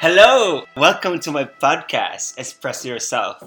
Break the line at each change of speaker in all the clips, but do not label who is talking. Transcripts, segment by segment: Hello, welcome to my podcast, Express Yourself.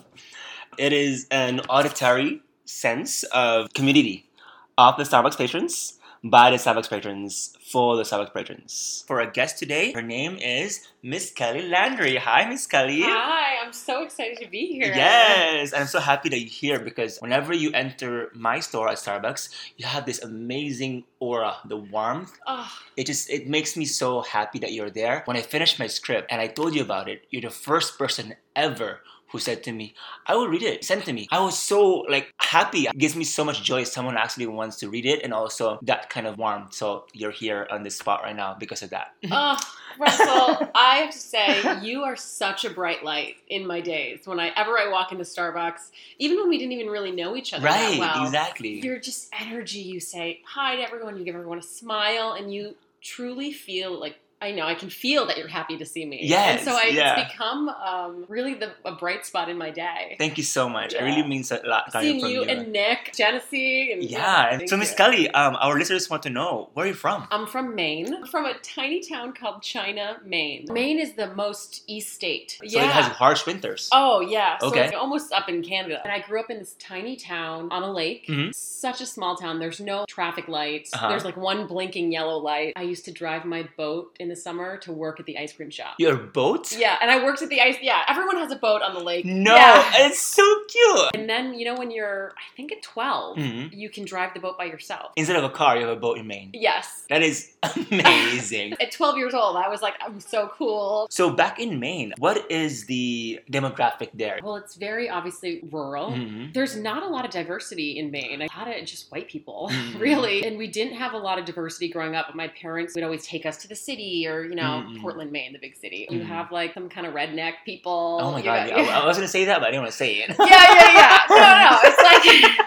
It is an auditory sense of community of the Starbucks patrons by the Starbucks patrons for the Starbucks patrons. For a guest today, her name is Miss Kelly Landry. Hi, Miss Kelly.
Hi, I'm so excited to be here.
Yes, and I'm so happy that you're here because whenever you enter my store at Starbucks, you have this amazing aura, the warmth
Oh,
it just it makes me so happy that you're there when i finished my script and i told you about it you're the first person ever who said to me i will read it send it to me i was so like happy it gives me so much joy someone actually wants to read it and also that kind of warmth so you're here on this spot right now because of that
oh, Russell, I have to say, you are such a bright light in my days. When I ever I walk into Starbucks, even when we didn't even really know each other
right
that well,
exactly
you're just energy. You say hi to everyone. You give everyone a smile, and you truly feel like. I know I can feel that you're happy to see me.
Yes,
and so I,
yeah.
it's become um, really the, a bright spot in my day.
thank you so much it
Yeah.
really means a lot coming
Seeing
from
you,
you
and Nick, Genesee, and
yeah and
thank
so miss
you. Um,
kelly um, our listeners want to know where are you from
I'm from Maine, I'm from a tiny town called China, Maine. Maine is the most east state.
so it has harsh winters
Oh yeah, so
Okay.
it's almost up in Canada. And I grew up in this tiny town on a lake.
Mhm.
Such a small town. There's no traffic lights.
Uh-huh.
There's like one blinking yellow light. I used to drive my boat in the summer to work at the ice cream shop.
your boat
Yeah, and I worked at the ice. Yeah, everyone has a boat on the lake.
no
Yeah.
it's so cute
And then you know when you're, I think at 12,
Mhm.
you can drive the boat by yourself.
Instead of a car, you have a boat in Maine.
Yes.
That is amazing.
At 12 years old, I was like, I'm so cool.
so back in Maine, what is the demographic there?
Well, it's very obviously rural.
Mhm.
There's not a lot of diversity in Maine. A lot of just white people,
Mhm.
really. And we didn't have a lot of diversity growing up. My parents would always take us to the city or, you know,
Mm-mm.
Portland, Maine, the big city. You
Mm.
have like some kind of redneck people.
Oh my
You
god!
got-
I, I was gonna say that, but I didn't want to say it.
yeah, yeah, yeah. No, no. It's like,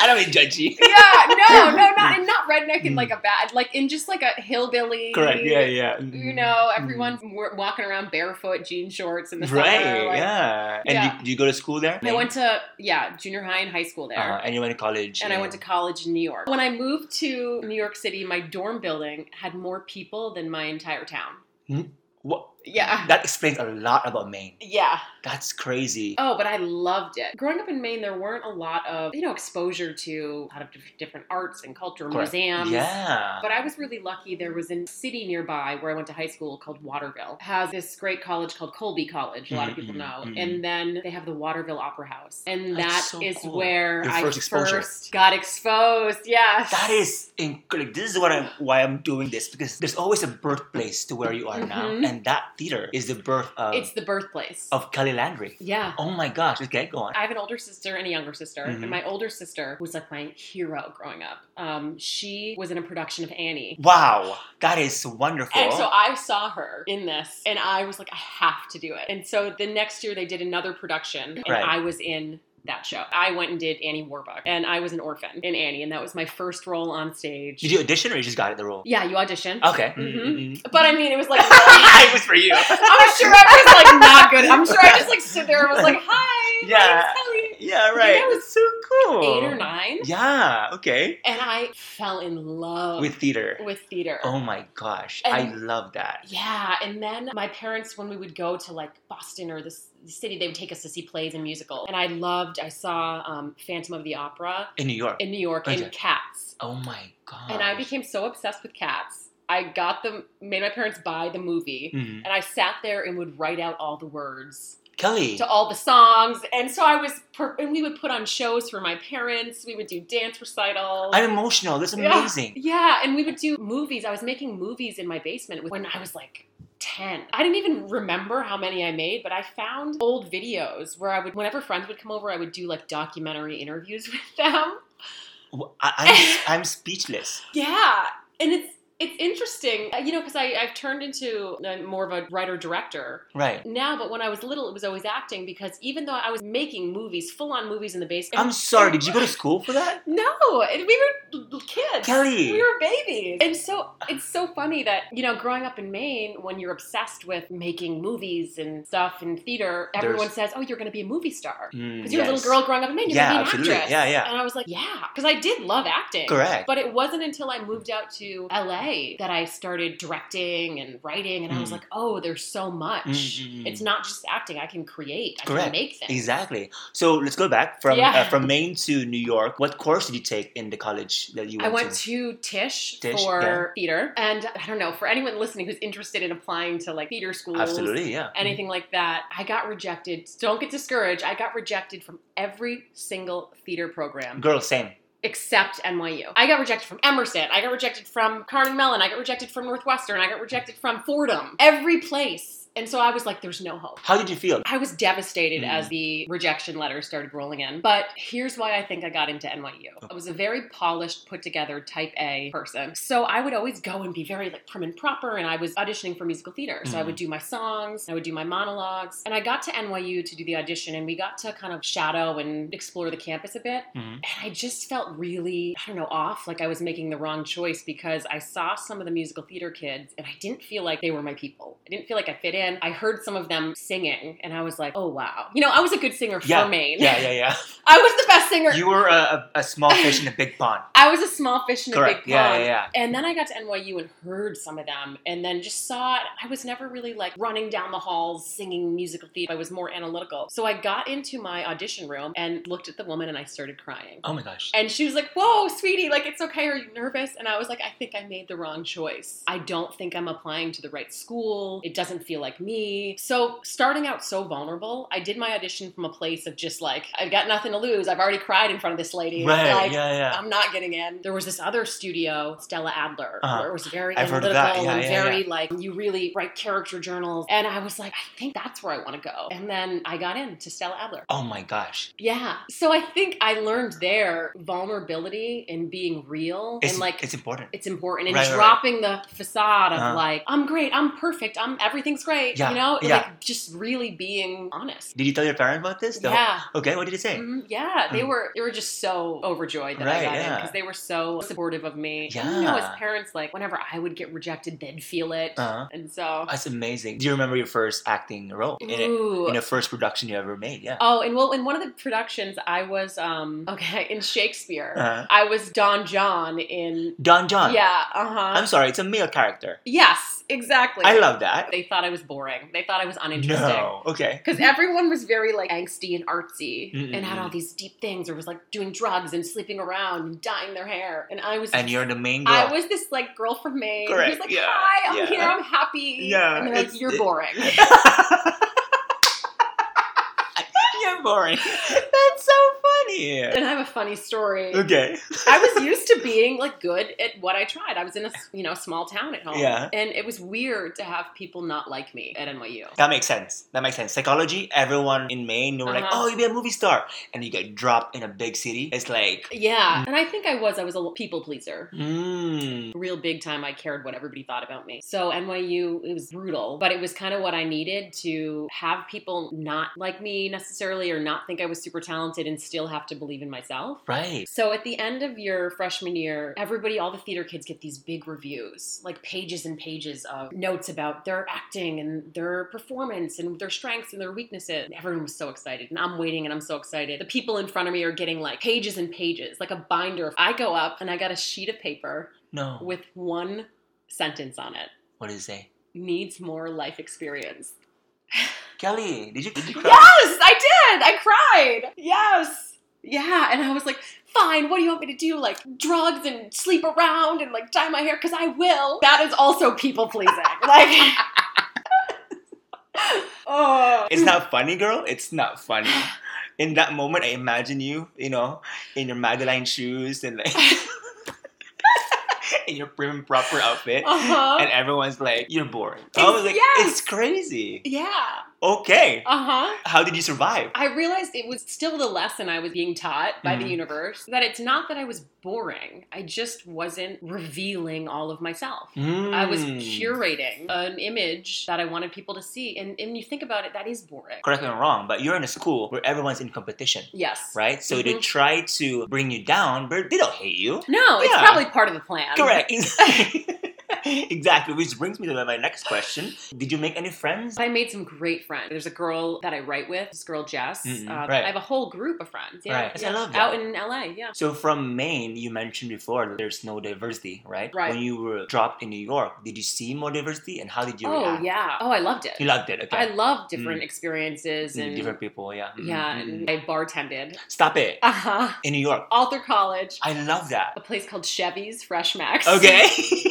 I don't mean judgy.
yeah, no, no, not, and not redneck in like a bad, like in just like a hillbilly.
Mm-hmm. Correct. Yeah, yeah. Mm-hmm.
You know, everyone's wa- walking around barefoot, jean shorts in the
Mhm.
summer.
right.
like-
yeah. And
Yeah.
Do, do you go to school there?
I went to, yeah, junior high and high school there.
Uh, and you went to college.
and I went to college in New York. When I moved to New York City, my dorm building had more people than my entire town.
What?
Yeah.
That explains a lot about Maine.
Yeah.
That's crazy.
Oh, but I loved it. Growing up in Maine, there weren't a lot of, you know, exposure to a lot of diff- different arts and culture,
Correct.
museums.
Yeah.
But I was really lucky. There was a city nearby where I went to high school called Waterville. It has this great college called Colby College. A lot of people
Mhm,
know.
mhm.
And then they have the Waterville Opera House, and
That's
that is
so cool.
where
Your
I
first exposure.
first got exposed. Yes,
That is incredible. This is what I'm why I'm doing this because there's always a birthplace to where you are now,
Mhm.
and that theater is the birth of
It's the birthplace.
of Kelly Landry.
Yeah.
Oh my gosh! Okay, go on.
I have an older sister and a younger sister,
Mhm.
and my older sister was like my hero growing up. Um, she was in a production of Annie.
Wow, that is wonderful.
And so I saw her in this, and I was like, I have to do it. And so the next year they did another production, and
Right.
I was in that show. I went and did Annie Warbuck, and I was an orphan in Annie, and that was my first role on stage.
Did you audition or you just got the role?
yeah, you audition.
Okay.
Mhm.
Mm-mm.
But I mean, it was like.
it was for you.
I'm sure I was like not good. I'm sure I just like stood there and was like, "Hi,
Yeah.
yeah, Kelly.
Yeah, right.
That was
so cool.
eight or nine,
Yeah. Okay.
and I fell in love
With theater.
with theater.
Oh my gosh,
And-
I love that.
Yeah, and then my parents, when we would go to like Boston or this city, they would take us to see plays and musicals. And I loved. I saw um, Phantom of the Opera
In New York.
in New York
Okay.
and Cats,
oh my gosh.
and I became so obsessed with Cats. I got them, made my parents buy the movie.
Mhm.
And I sat there and would write out all the words
Kelly.
to all the songs, and so I was. Per- and we would put on shows for my parents. We would do dance recitals.
I'm emotional. That's
Yeah.
amazing.
Yeah, and we would do movies. I was making movies in my basement when I was like 10. I didn't even remember how many I made, but I found old videos where I would, whenever friends would come over, I would do like documentary interviews with them.
Well, I, I'm, I'm speechless.
Yeah, and it's, it's interesting, uh, you know, because I've turned into uh, more of a writer director
Right.
now, but when I was little, it was always acting because even though I was making movies, full on movies in the basement.
I'm sorry. Did you go to school for that?
No, and we were kids.
Kelly.
We were babies. And so it's so funny that, you know, growing up in Maine, when you're obsessed with making movies and stuff and theater, everyone says, oh, you're going to be a movie star.
Mm,
Because you're a
yes.
little girl growing up in Maine, you're
Yeah,
going to be an
absolutely.
actress.
Yeah, yeah.
And I was like, yeah. Because I did love acting.
Correct.
But it wasn't until I moved out to LA play that I started directing and writing, and I was
Mm.
like, oh, there's so much.
Mm, mm,
It's not just acting. I can create. I
Correct.
can make things.
Exactly. So let's go back from
Yeah.
uh, from Maine to New York. What course did you take in the college that you
I
went,
went to Tish,
Tisch,
for theater, and I don't know for anyone listening who's interested in applying to like theater schools,
Absolutely, yeah.
anything like that. I got rejected. Don't get discouraged. I got rejected from every single theater program
Mm-hmm. Girl, same.
except NYU. I got rejected from Emerson. I got rejected from Carnegie Mellon. I got rejected from Northwestern. I got rejected from Fordham. Every place. And so I was like, there's no hope.
How did you feel?
Um, I was devastated
Mm.
as the rejection letters started rolling in. But here's why I think I got into NYU.
Oh.
I was a very polished, put together type A person. So I would always go and be very like prim and proper and I was auditioning for musical theater. So I
Mm.
would do my songs, I would do my monologues. And I got to NYU to do the audition and we got to kind of shadow and explore the campus a bit.
Mhm.
And I just felt really, I don't know, off, like I was making the wrong choice because I saw some of the musical theater kids and I didn't feel like they were my people. I didn't feel like I fit in. I heard some of them singing and I was like, oh wow. You know, I was a good singer
Yeah.
for Maine.
Yeah, yeah,
I was the best singer.
yeah. You were a, a, a small fish in a big pond.
I was a small fish in a
Correct.
big pond.
Yeah, yeah, yeah.
And then I got to NYU and heard some of them, and then just saw it. I was never really like running down the halls singing musical theater. I was more analytical. So I got into my audition room and looked at the woman, and I started crying.
Oh my gosh.
And she was like, Whoa, sweetie, like, it's okay. Are you nervous? And I was like, I think I made the wrong choice. I don't think I'm applying to the right school. It doesn't feel like me. So, starting out so vulnerable, I did my audition from a place of just like, I've got nothing to lose. I've already cried in front of this lady.
Right.
Like,
yeah, yeah.
I'm not getting in. There was this other studio, Stella Adler,
Uh-huh.
where it was very
I've heard of
analytical
that. Yeah,
and
yeah,
very like you really write character journals. And I was like, I think that's where I want to go. And then I got in to Stella Adler.
oh my gosh.
Yeah. So I think I learned there vulnerability and being real
It's
and like
it's important.
it's important and
Right, right,
dropping the facade of
Uh-huh.
like I'm great, I'm perfect, I'm everything's great.
Yeah,
You know,
yeah.
like just really being honest.
Did you tell your parents about this? The-
Yeah.
Okay. What did you say?
Mhm, yeah, they
Mm.
were they were just so overjoyed that
Right,
I got in
yeah.
because they were so supportive of me. I don't know,
Yeah.
as parents, like whenever I would get rejected, they'd feel it,
Uh-huh.
and so.
That's amazing. Do you remember your first acting role in it?
Ooh.
In the first production you ever made? Yeah.
Oh, and well, in one of the productions, I was um okay in Shakespeare.
Uh-huh.
I was Don John in
Don John.
yeah, uh huh.
I'm sorry. It's a male character.
yes, exactly.
I love that.
They thought I was boring. They thought I was uninteresting.
No. Okay.
Because everyone was very like angsty and artsy
Mm-mm.
and had all these deep things or was like doing drugs and sleeping around and dyeing their hair. And I was
And you're the main girl.
I was this like girl from Maine
Correct,
who's like,
yeah,
Hi, I'm
yeah.
here, I'm happy.
Yeah,
And they're
it's-
like, You're
it-
boring.
You're boring. That's so funny.
and I have a funny story.
Okay.
I was used to being like good at what I tried. I was in a s- you know small town at home,
Yeah.
and it was weird to have people not like me at NYU.
That makes sense. That makes sense. Psychology, everyone in Maine, they were like,
Uh-huh.
oh, you'll be a movie star. And you get dropped in a big city. It's like,
Yeah, and I think I was. I was a l- people pleaser.
mmm.
real big time I cared what everybody thought about me. So NYU it was brutal, but it was kind of what I needed to have people not like me necessarily or not think I was super talented and still have to believe in myself.
Right.
So at the end of your freshman year, everybody, all the theater kids get these big reviews, like pages and pages of notes about their acting and their performance and their strengths and their weaknesses. And everyone was so excited. And I'm waiting and I'm so excited. The people in front of me are getting like pages and pages, like a binder. I go up and I got a sheet of paper
No.
with one sentence on it
what did it say?
needs more life experience.
Kelly, did you, did you cry?
Yes, I did. I cried. Yes. Yeah, and I was like, fine, what do you want me to do? Like drugs and sleep around and like dye my hair cuz I will. That is also people pleasing. like Oh.
It's not funny, girl. It's not funny. In that moment, I imagine you, you know, in your Madeline shoes and like, in your prim and proper outfit.
Uh-huh.
And everyone's like, you're boring. I was like,
Yes.
it's crazy.
yeah.
Okay.
Uh-huh.
How did you survive?
I realized it was still the lesson I was being taught by the
Mhm.
universe that it's not that I was boring. I just wasn't revealing all of myself. I was
Mm.
curating an image that I wanted people to see. And, and you think about it, that is boring.
Correct me if I'm wrong, but you're in a school where everyone's in competition,
Yes.
right? So
Mm-hmm.
they try to bring you down, but they don't hate you.
No, it's
Yeah.
probably part of the plan.
Correct. exactly. Which brings me to my- my next question. Did you make any friends?
I made some great friends. There's a girl that I write with, this girl Jess.
Mhm,
Uh,
right.
I have a whole group of friends. Yeah,
Right. Yes, I
yeah.
love
Out
that.
in LA, yeah.
So from Maine, you mentioned before that there's no diversity, right?
Right.
When you were dropped in New York, did you see more diversity, and how did you
oh
react?
yeah. Oh, I loved it.
You loved it, okay?
I love different experiences
Mm,
and
different people, yeah. Mm, mm,
yeah.
Uh-huh.
And
mm.
I bartended.
Stop it
Uh huh.
in New York.
All through college,
I love that.
a place called Chevy's Fresh Max.
Okay.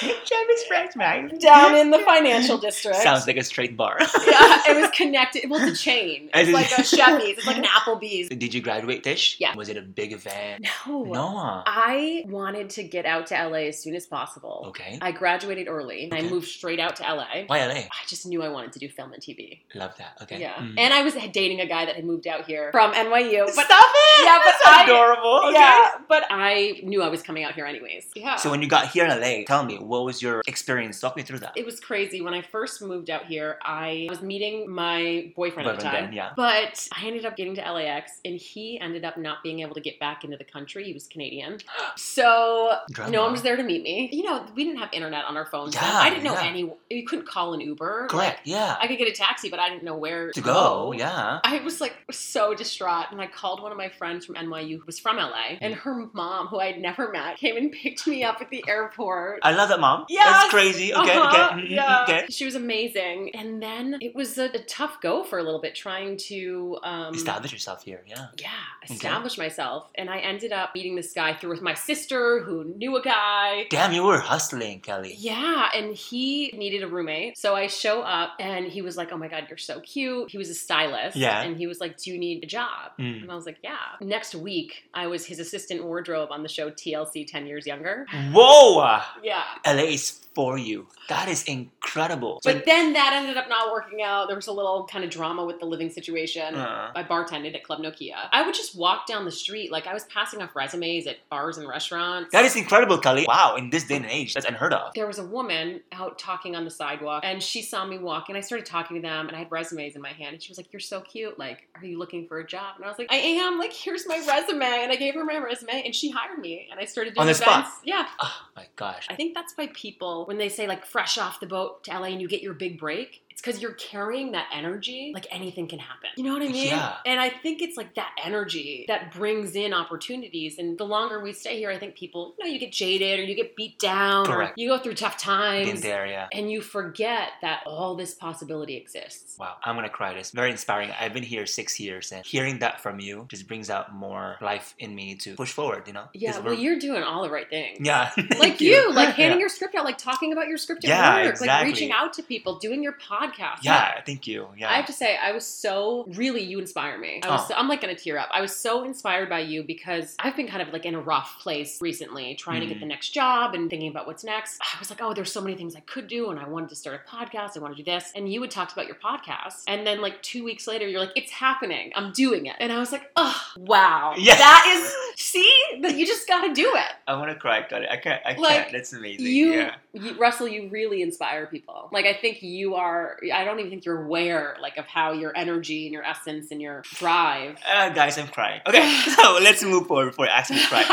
Travis French Max
Down in the financial district.
Sounds like a straight bar.
yeah, it was connected. Well, it's a chain.
I
It's
didn't-
like a Chevy's. It's like an Applebee's.
Did you graduate Tish?
Yeah.
Was it a big event?
No.
Noah.
I wanted to get out to LA as soon as possible.
Okay.
I graduated early and
Okay.
I moved straight out to LA.
Why LA?
I just knew I wanted to do film and TV.
Love that. Okay.
Yeah.
Mm.
And I was dating a guy that had moved out here from NYU. But
Stop it!
Yeah, but
That's
I-
adorable. Okay.
yeah, but I knew I was coming out here anyways. Yeah.
So when you got here in LA, tell me what was your experience? Talk me through that.
it was crazy. When I first moved out here, I was meeting my boyfriend at the
Boyfriend
time.
then, yeah.
But I ended up getting to LAX and he ended up not being able to get back into the country. He was Canadian. So
Drama.
no one was there to meet me. You know, we didn't have internet on our phones. then.
Yeah,
I didn't know
yeah.
any you couldn't call an Uber.
Correct. Yeah.
I could get a taxi, but I didn't know where
to
Oh.
go. Yeah.
I was like so distraught, and I called one of my friends from NYU who was from LA, and her mom, who I'd never met, came and picked me up at the airport.
I love that, mom.
Yes.
That's crazy. Okay.
Uh-huh,
Okay. Mm, mm,
yeah.
Okay.
She was amazing. And then it was a, a tough go for a little bit trying to um,
Establish yourself here. Yeah.
yeah, establish myself. And I ended up meeting this guy through with my sister who knew a guy.
Damn, you were hustling, Kelly.
Yeah, and he needed a roommate. So I show up and he was like, Oh my God, you're so cute. He was a stylist.
Yeah.
And he was like, Do you need a job?
Mm.
And I was like, Yeah. Next week, I was his assistant wardrobe on the show TLC 10 Years Younger.
Whoa!
Yeah.
LA is for you. That is incredible.
But then that ended up not working out. There was a little kind of drama with the living situation.
Uh,
I bartended at Club Nokia. I would just walk down the street. Like, I was passing off resumes at bars and restaurants.
that is incredible, Kelly. Wow, in this day and age, that's unheard of.
there was a woman out talking on the sidewalk and she saw me walk and I started talking to them and I had resumes in my hand and she was like, You're so cute. Like, are you looking for a job? And I was like, I am. Like, here's my resume. And I gave her my resume and she hired me and I started doing
On the spot?
events. Yeah.
Oh my gosh.
I think that's why people, when they say like fresh off the boat to LA and you get your big break, it's because you're carrying that energy. Like anything can happen. You know what I mean?
Yeah.
And I think it's like that energy that brings in opportunities. And the longer we stay here, I think people, you know, you get jaded or you get beat down
Correct.
or you go through tough
Been
times.
there, yeah.
And you forget that all this possibility exists.
Wow, I'm gonna cry. That's very inspiring. I've been here six years, and hearing that from you just brings out more life in me to push forward. You know? 'Cause
Yeah, well,
we're-
you're doing all the right things.
yeah,
Like
Thank
you, like handing
yeah.
your script out, like talking about your script at
Yeah,
work, like
exactly.
reaching out to people, doing your podcast.
Yeah, thank you. Yeah,
I have to say, I was so really you inspire me. I was
Oh.
so, I'm like gonna tear up. I was so inspired by you because I've been kind of like in a rough place recently, trying to
Mhm.
get the next job and thinking about what's next. I was like, oh, there's so many things I could do, and I wanted to start a podcast. I want to do this, and you had talked about your podcast, and then like two weeks later, you're like, it's happening. I'm doing it, and I was like, oh, wow,
Yeah.
that is see, But you just gotta do it.
I want to cry, Kelly. I can't. I
Like,
can't. That's amazing.
You,
yeah.
you, Russell, you really inspire people. Like, I think you are, I don't even think you're aware, like, of how your energy and your essence and your drive.
Uh, guys, I'm crying. Okay, so let's move forward before I actually cry.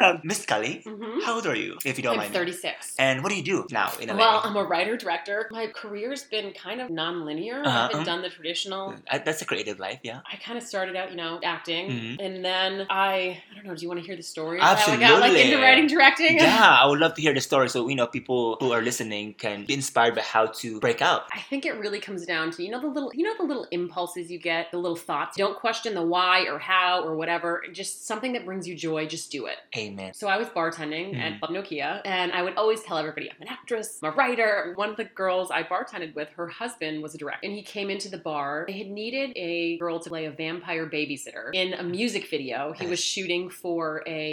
Uh, Miss Kelly,
Mhm.
how old are you, if you don't mind?
I'm 36.
And what do you do now in LA?
Well, I'm a writer director. My career's been kind of non-linear. I
Uh-huh.
haven't done the traditional.
Uh, that's a creative life, yeah.
I kind of started out, you know, acting,
Mhm.
and then I, I don't know. Do you want to hear the story? of how I got like
Absolutely.
into writing, directing.
Yeah, I would love to hear the story so we know people who are listening can be inspired by how to break out.
I think it really comes down to you know the little you know the little impulses you get, the little thoughts. Don't question the why or how or whatever. Just something that brings you joy, just do it.
Amen.
So I was bartending
Mhm.
at Club Nokia, and I would always tell everybody I'm an actress, I'm a writer. One of the girls I bartended with, her husband was a director, and he came into the bar. They had needed a girl to play a vampire babysitter in a music video he was shooting for a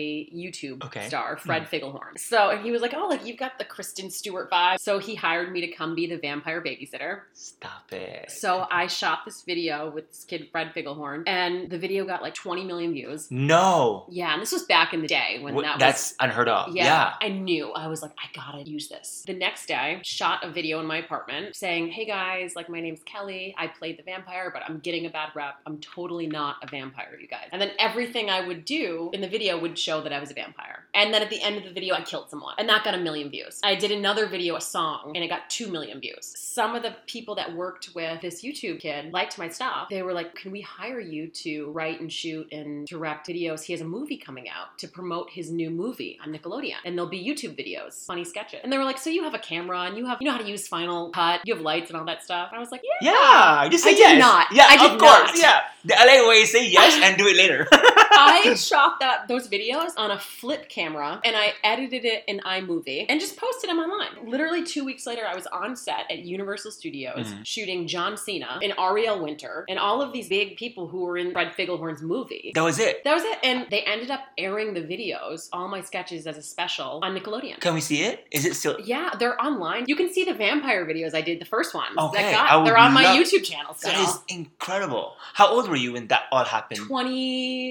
YouTube
Okay.
star, Fred Figglehorn. So and he was like, "Oh, like you've got the Kristen Stewart vibe." So he hired me to come be the vampire babysitter.
Stop it.
So I shot this video with this kid Fred Figglehorn, and the video got like 20 million views.
no.
Yeah, and this was back in the day when when
Wh-
that was
that's unheard of.
yeah,
yeah.
I knew. I was like, I gotta use this. The next day, shot a video in my apartment saying, Hey guys, like my name's Kelly. I played the vampire, but I'm getting a bad rep. I'm totally not a vampire, you guys. And then everything I would do in the video would show that I was a vampire. And then at the end of the video, I killed someone. And that got a million views. I did another video, a song, and it got two million views. Some of the people that worked with this YouTube kid liked my stuff. They were like, Can we hire you to write and shoot and direct videos? He has a movie coming out to promote his new movie on Nickelodeon. And there'll be YouTube videos, funny sketches. And they were like, So you have a camera and you have you know how to use Final Cut, you have lights and all that stuff. And I was like, Yeah.
Yeah, I just
I
say
did
yes.
not.
Yeah,
I did
of course.
not.
Yeah, the LA way is say yes and do it later.
I shot that those videos on a flip camera and I edited it in iMovie and just posted them online. Literally two weeks later, I was on set at Universal Studios
Mhm.
shooting John Cena and Ariel Winter and all of these big people who were in Fred Figglehorn's movie.
that was it.
That was it. And they ended up airing the videos, all my sketches as a special on Nickelodeon.
Can we see it? Is it still?
Yeah, they're online. You can see the vampire videos I did, the first one.
Okay,
that got,
I would
they're on my
love-
YouTube channel still.
That is incredible. How old were you when that all happened?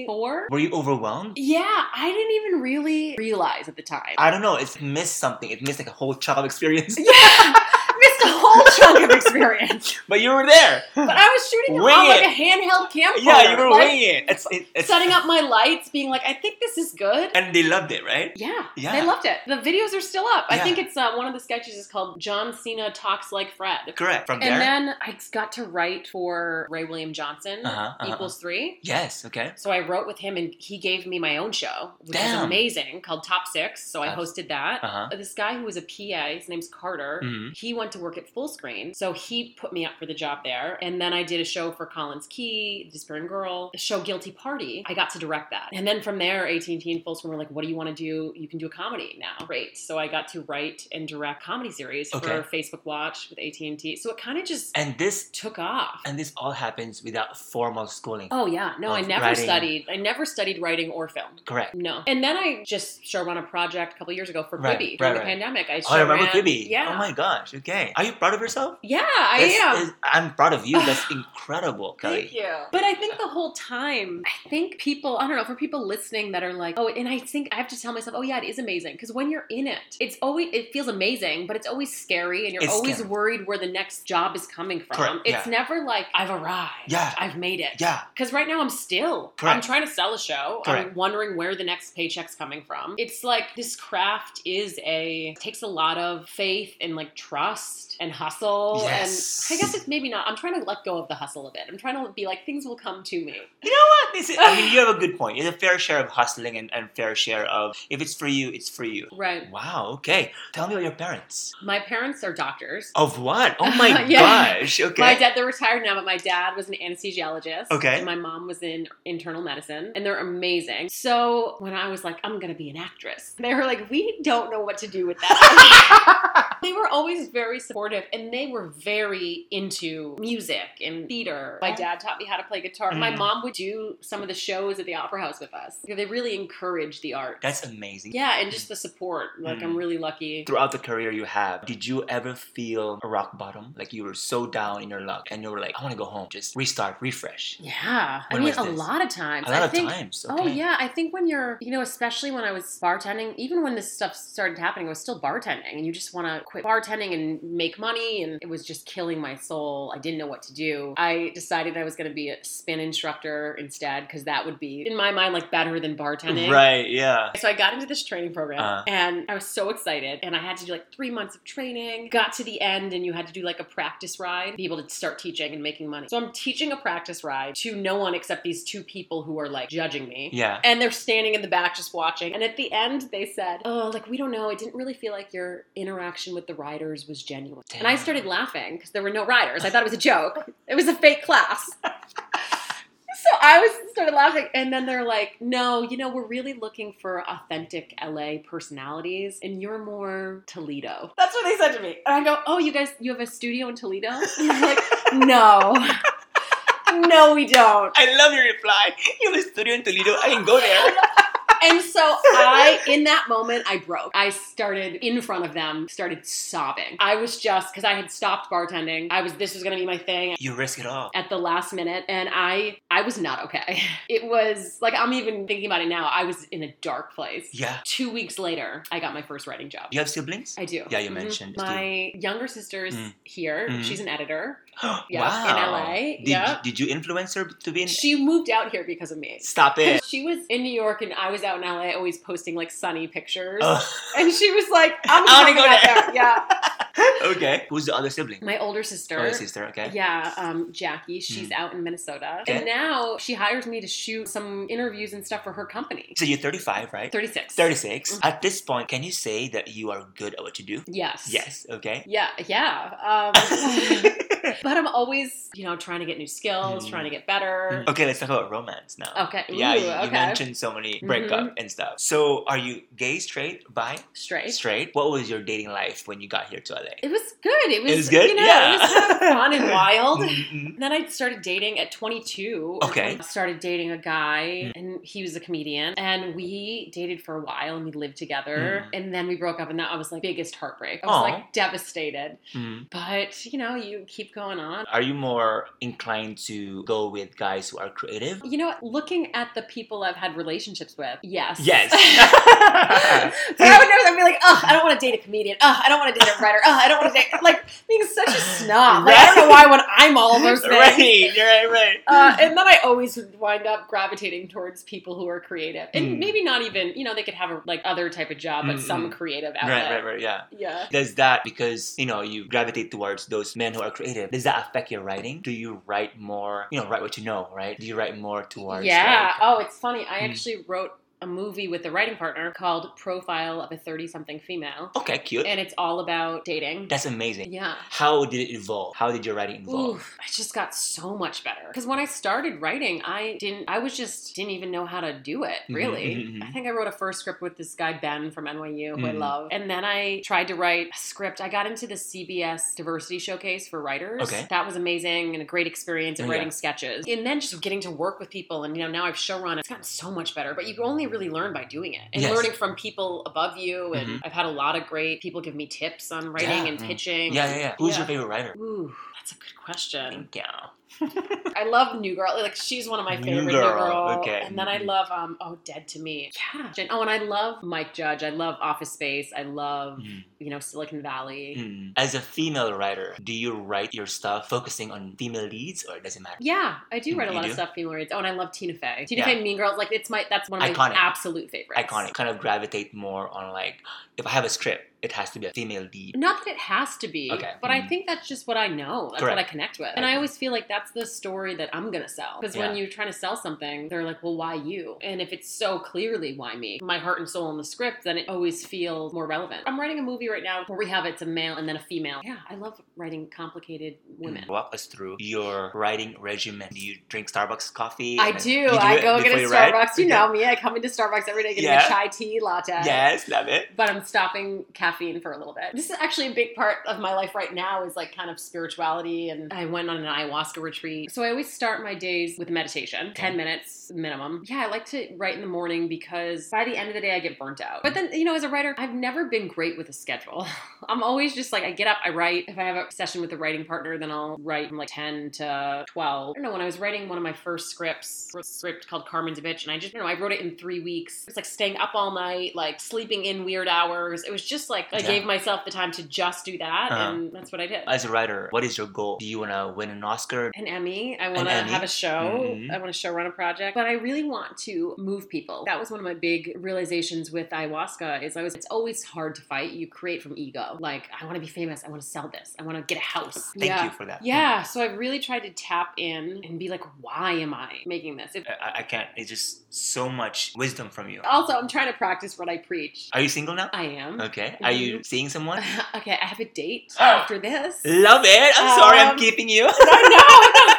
24?
Were you overwhelmed?
Yeah, I didn't even really realize at the time.
I don't know. It's missed something. It missed like a whole child experience.
Yeah, missed a whole chunk of experience.
But you were there.
But I was shooting it
Wing
on like
it.
a handheld camcorder.
yeah, you were
like,
winging it. It's, it it's,
setting up my lights, being like, I think this is good.
and they loved it, right?
Yeah,
Yeah.
they loved it. The videos are still up. I
Yeah.
think it's uh, one of the sketches is called John Cena talks like Fred.
Correct. From
And
there.
then I got to write for Ray William Johnson
Uh-huh, uh-huh.
equals three.
yes. Okay.
So I wrote with him, and he gave me my own show, which is
Damn.
amazing, called Top Six. So I
That's-
hosted that.
Uh huh.
This guy who was a PA, his name's Carter.
Mhm.
He went to work at Full Screen, so he put me up for the job there. And then I did a show for Collins Key, Disappearing Girl, the show Guilty Party. I got to direct that. And then from there, AT and T and Full Screen were like, "What do you want to do? You can do a comedy now." Great. So I got to write and direct comedy series for
Okay.
Facebook Watch with AT and T. So it kind of just
And this
took off.
and this all happens without formal schooling.
Oh yeah, no, I
Of
never
writing.
studied. I never studied writing or film.
Correct.
No, and then I just showed on a project a couple years ago for
Right,
Quibi
right,
during the
right.
pandemic. I,
Oh, I remember
showran-
Phoebe.
Yeah.
Oh my gosh. Okay. Are you proud of yourself?
Yeah, I
That's-
am.
is- I'm proud of you. That's incredible,
Thank
Kelly.
you. But I think the whole time, I think people, I don't know, for people listening that are like, oh, and I think I have to tell myself, oh, yeah, it is amazing. Because when you're in it, it's always, it feels amazing, but it's always scary and you're
It's
always
scary.
worried where the next job is coming from.
Correct,
It's never like, I've arrived.
Yeah.
I've made it.
Yeah.
Because right now I'm still.
Correct.
I'm trying to sell a show. I'm
Correct.
wondering where the next paycheck's coming from. It's like this craft is a takes a lot of faith and like trust and hustle.
Yes.
And I guess it's maybe not. I'm trying to let go of the hustle a bit. I'm trying to be like things will come to me.
You know what? This is, I mean, you have a good point. It's a fair share of hustling and, and fair share of if it's for you, it's for you.
Right.
Wow. Okay. Tell me about your parents.
My parents are doctors.
Of what? Oh my
Yeah.
gosh. Okay.
My dad, they're retired now, but my dad was an anesthesiologist.
Okay.
And my mom was in internal medicine, and they're amazing. So when I was like, I'm going to be an actress, they were like, we don't know what to do with that. they were always very supportive, and they were very into music and theater. My dad taught me how to play guitar. My
Mm.
mom would do some of the shows at the Opera House with us. They really encouraged the art.
That's amazing.
yeah, and just the support. Like, I'm
Mm.
really lucky.
Throughout the career you have, did you ever feel a rock bottom? Like you were so down in your luck and you were like, I want to go home, just restart, refresh.
Yeah, I
When
mean,
was
a
this?
lot of times.
A lot
I
of
think
times.
Oh
okay.
yeah, I think when you're, you know, especially when I was bartending, even when this stuff started happening, I was still bartending, and you just want to quit bartending and make money, and it was just killing my soul. I didn't know what to do. I decided I was going to be a spin instructor instead because that would be, in my mind, like better than bartending.
Right. Yeah.
So I got into this training program
Uh-huh.
and I was so excited. And I had to do like three months of training, got to the end, and you had to do like a practice ride to be able to start teaching and making money. So I'm teaching a practice ride to no one except these two people who are like judging me.
Yeah.
And they're standing in the back just watching. And at the end, they said, Oh, like, we don't know. It didn't really feel like your interaction with the riders was genuine. And I
Damn.
started laughing because there were no riders. I thought it was a joke, it was a fake class. So I was started laughing, and then they're like, "No, you know, we're really looking for authentic LA personalities, and you're more Toledo." That's what they said to me, and I go, "Oh, you guys, you have a studio in Toledo?" And they're like, "No, no, we don't."
I love your reply. You have a studio in Toledo. I can go there.
And so I, in that moment, I broke. I started in front of them, started sobbing. I was just because I had stopped bartending. I was this was gonna be my thing
You risk it all.
at the last minute, and I I was not okay. It was like I'm even thinking about it now. I was in a dark place.
Yeah.
Two weeks later, I got my first writing job.
You have siblings?
I do.
Yeah, you
Mhm.
mentioned.
My younger sister is
Mm.
here.
Mhm.
She's an editor. Yeah,
wow.
in LA,
Did,
yeah.
did you influence her to be in?
She moved out here because of me.
Stop it.
She was in New York and I was out in LA always posting like sunny pictures.
Ugh.
And she was like, I'm
I wanna
going
go
out
there.
there. Yeah.
okay. Who's the other sibling?
My older sister.
Other sister. Okay.
Yeah, um, Jackie. She's out in Minnesota.
Hmm. Okay.
And now she hires me to shoot some interviews and stuff for her company.
So you're 35, right?
36.
36.
Mhm.
At this point, can you say that you are good at what you do?
Yes.
Yes. Okay.
Yeah, yeah. Um, but I'm always, you know, trying to get new skills,
Mm.
trying to get better.
okay. Let's talk about romance now.
Okay.
Hmm. Yeah,
Oh, Ooh,
you, you
okay. Mm-hmm.
mentioned so many breakup and stuff. So, are you gay, straight, bi,
Straight.
straight? What was your dating life when you got here to LA?
It was good. It was,
It was good?
You know,
Yeah.
it was kind of fun and wild.
Mm-mm.
And then I started dating at 22.
Okay. Mm.
I started dating a guy, and he was a comedian. And we dated for a while, and we lived together. And then we broke up, and that was like biggest heartbreak. I was
Mm. Aw.
like devastated.
Mm.
But you know, you keep going on.
Are you more inclined to go with guys who are creative?
You know, what? looking at the people I've had relationships with, yes,
Yes.
But I would never I'd be like, oh, I don't want to date a comedian. Oh, I don't want to date a writer. Oh, I don't want to date like being such a snob. Like, I don't know why when I'm all those things.
right, right, right.
Uh, and then I always would wind up gravitating towards people who are creative, and
Mm.
maybe not even you know they could have a, like other type of job, but
Mm,
some
mm.
creative outlet.
right, right, right, yeah.
Yeah.
Does that because you know you gravitate towards those men who are creative? Does that affect your writing? Do you write more? You know, write what you know, right? Do you write more towards?
yeah.
like-
oh, it's funny. I
Mm.
actually wrote a movie with a writing partner called Profile of a Thirty-Something Female,
okay, cute.
and it's all about dating.
That's amazing.
yeah.
How did it evolve? How did your writing evolve?
Oof, I just got so much better. Because when I started writing, I didn't, I was just, didn't even know how to do it,
Mhm,
really.
mhm, mhm.
I think I wrote a first script with this guy, Ben from NYU, who I
Mm.
love. And then I tried to write a script. I got into the CBS Diversity Showcase for writers.
Okay. Oh,
That was amazing and a great experience of
Yeah.
writing sketches. And then just getting to work with people. And, you know, now I've showrun. It's gotten so much better, but you only really learn by doing it and
Yes.
learning from people above you. And
Mhm.
I've had a lot of great people give me tips on writing
Yeah.
and
Mm.
pitching.
Yeah, yeah, yeah. Who's
Yeah.
your favorite writer?
Ooh, that's a good question.
Thank you.
I love New Girl. Like she's one of my
New
favorite New Girl.
Girl, okay.
And then I
Mhm.
love um Oh Dead to Me. Yeah. Jen- Oh, and I love Mike Judge. I love Office Space. I love
Mm,
you know Silicon Valley.
mm. As a female writer, do you write your stuff focusing on female leads, or does it matter?
Yeah, I do write a
Mm, You
lot of
do?
stuff female reads. Oh, and I love Tina Fey. Tina
Yeah.
Fey, Mean Girls. Like it's my that's one of my
Iconic.
absolute favorites.
Iconic. Kind of gravitate more on like if I have a script, it has to be a female lead.
Not that it has to be,
Okay.
but I
Mhm.
think that's just what I know. That's what I
Correct.
connect with. And I always feel like that's the story that I'm going to sell. Because when
Yeah.
you're trying to sell something, they're like, well, why you? And if it's so clearly why me, my heart and soul in the script, then it always feels more relevant. I'm writing a movie right now where we have it's a male and then a female. Yeah, I love writing complicated
Mm.
women.
Walk us through your writing regimen. Do you drink Starbucks coffee?
I
and then-
do.
You
I
it
go get a
before you write?
Starbucks. You
Okay.
know me. I come into Starbucks every day getting
Yeah.
a chai tea latte.
Yes, love it.
but I'm stopping caffeine for a little bit. This is actually a big part of my life right now is like kind of spirituality and I went on an ayahuasca retreat. So I always start my days with meditation, 10
Okay.
minutes minimum. Yeah, I like to write in the morning because by the end of the day I get burnt out. But then, you know, as a writer, I've never been great with a schedule. I'm always just like I get up, I write. If I have a session with a writing partner, then I'll write from like 10 to 12. I don't know, when I was writing one of my first scripts, wrote a script called Carmen's Bitch, and I just, you know, I wrote it in three weeks. It's like staying up all night, like sleeping in weird hours. It was just like I
Yeah.
gave myself the time to just do that,
Uh-huh.
and that's what I did.
As a writer, what is your goal? Do you want to win an Oscar?
an Emmy. I want to
Emmy?
have a show.
Mhm.
I want to show run a project, but I really want to move people. That was one of my big realizations with ayahuasca. Is I was it's always hard to fight. You create from ego. Like I want to be famous. I want to sell this. I want to get a house.
Thank
yeah.
you for that.
Yeah, so I really tried to tap in and be like, why am I making this? If,
I, I can't. It's just so much wisdom from you.
also, I'm trying to practice what I preach.
Are you single now?
I am.
Okay. Are you seeing someone?
okay, I have a date after this.
Love it. I'm sorry. I'm
Um,
keeping you.
No, no, no.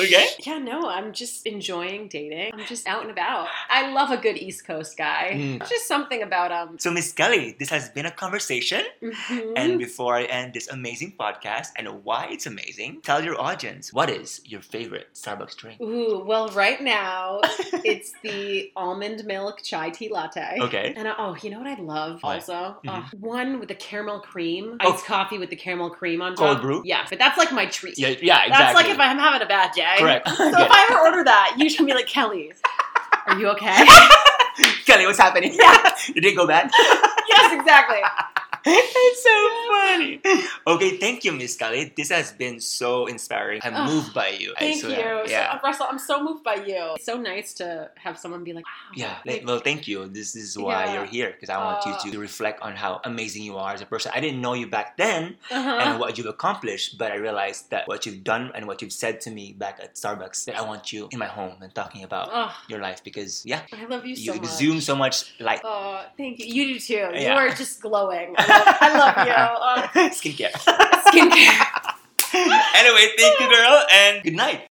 Okay.
Yeah, no, I'm just enjoying dating. I'm just out and about. I love a good East Coast guy.
Mm.
Just something about um.
So, Miss Kelly, this has been a conversation.
mhm.
And before I end this amazing podcast and why it's amazing, tell your audience what is your favorite Starbucks drink?
Ooh, well, right now it's the almond milk chai tea latte.
Okay.
And I, oh, you know what I love
What?
also?
Mhm.
Ugh, one with the caramel cream,
Oh.
iced coffee with the caramel cream on top.
Cold brew?
Yeah, but that's like my treat.
Yeah, yeah, exactly.
That's like if I'm having a bad day.
Correct.
So
Yeah.
if I ever order that, you should be like, Kelly, are you okay?
Kelly, what's happening?
Yeah.
you didn't go back?
yes, exactly.
it's so funny. Okay, thank you, Miss Kelly. This has been so inspiring. I'm
Oh,
moved by you. I
Thank you.
swear.
So,
Yeah.
uh, Russell, I'm so moved by you. It's so nice to have someone be like, wow.
Yeah,
like,
like, well, thank you. This is why
Yeah.
you're here because I want
Uh,
you to reflect on how amazing you are as a person. I didn't know you back then
uh-huh.
and what you've accomplished, but I realized that what you've done and what you've said to me back at Starbucks, that I want you in my home and talking about
Ugh,
your life because, yeah,
I love Oh. you
you
so much.
exume so much light.
Oh, thank you. You do too.
Yeah.
You are just glowing. I love, I love you. Uh,
Skincare.
Oh, skincare.
anyway, thank you, girl, and good night.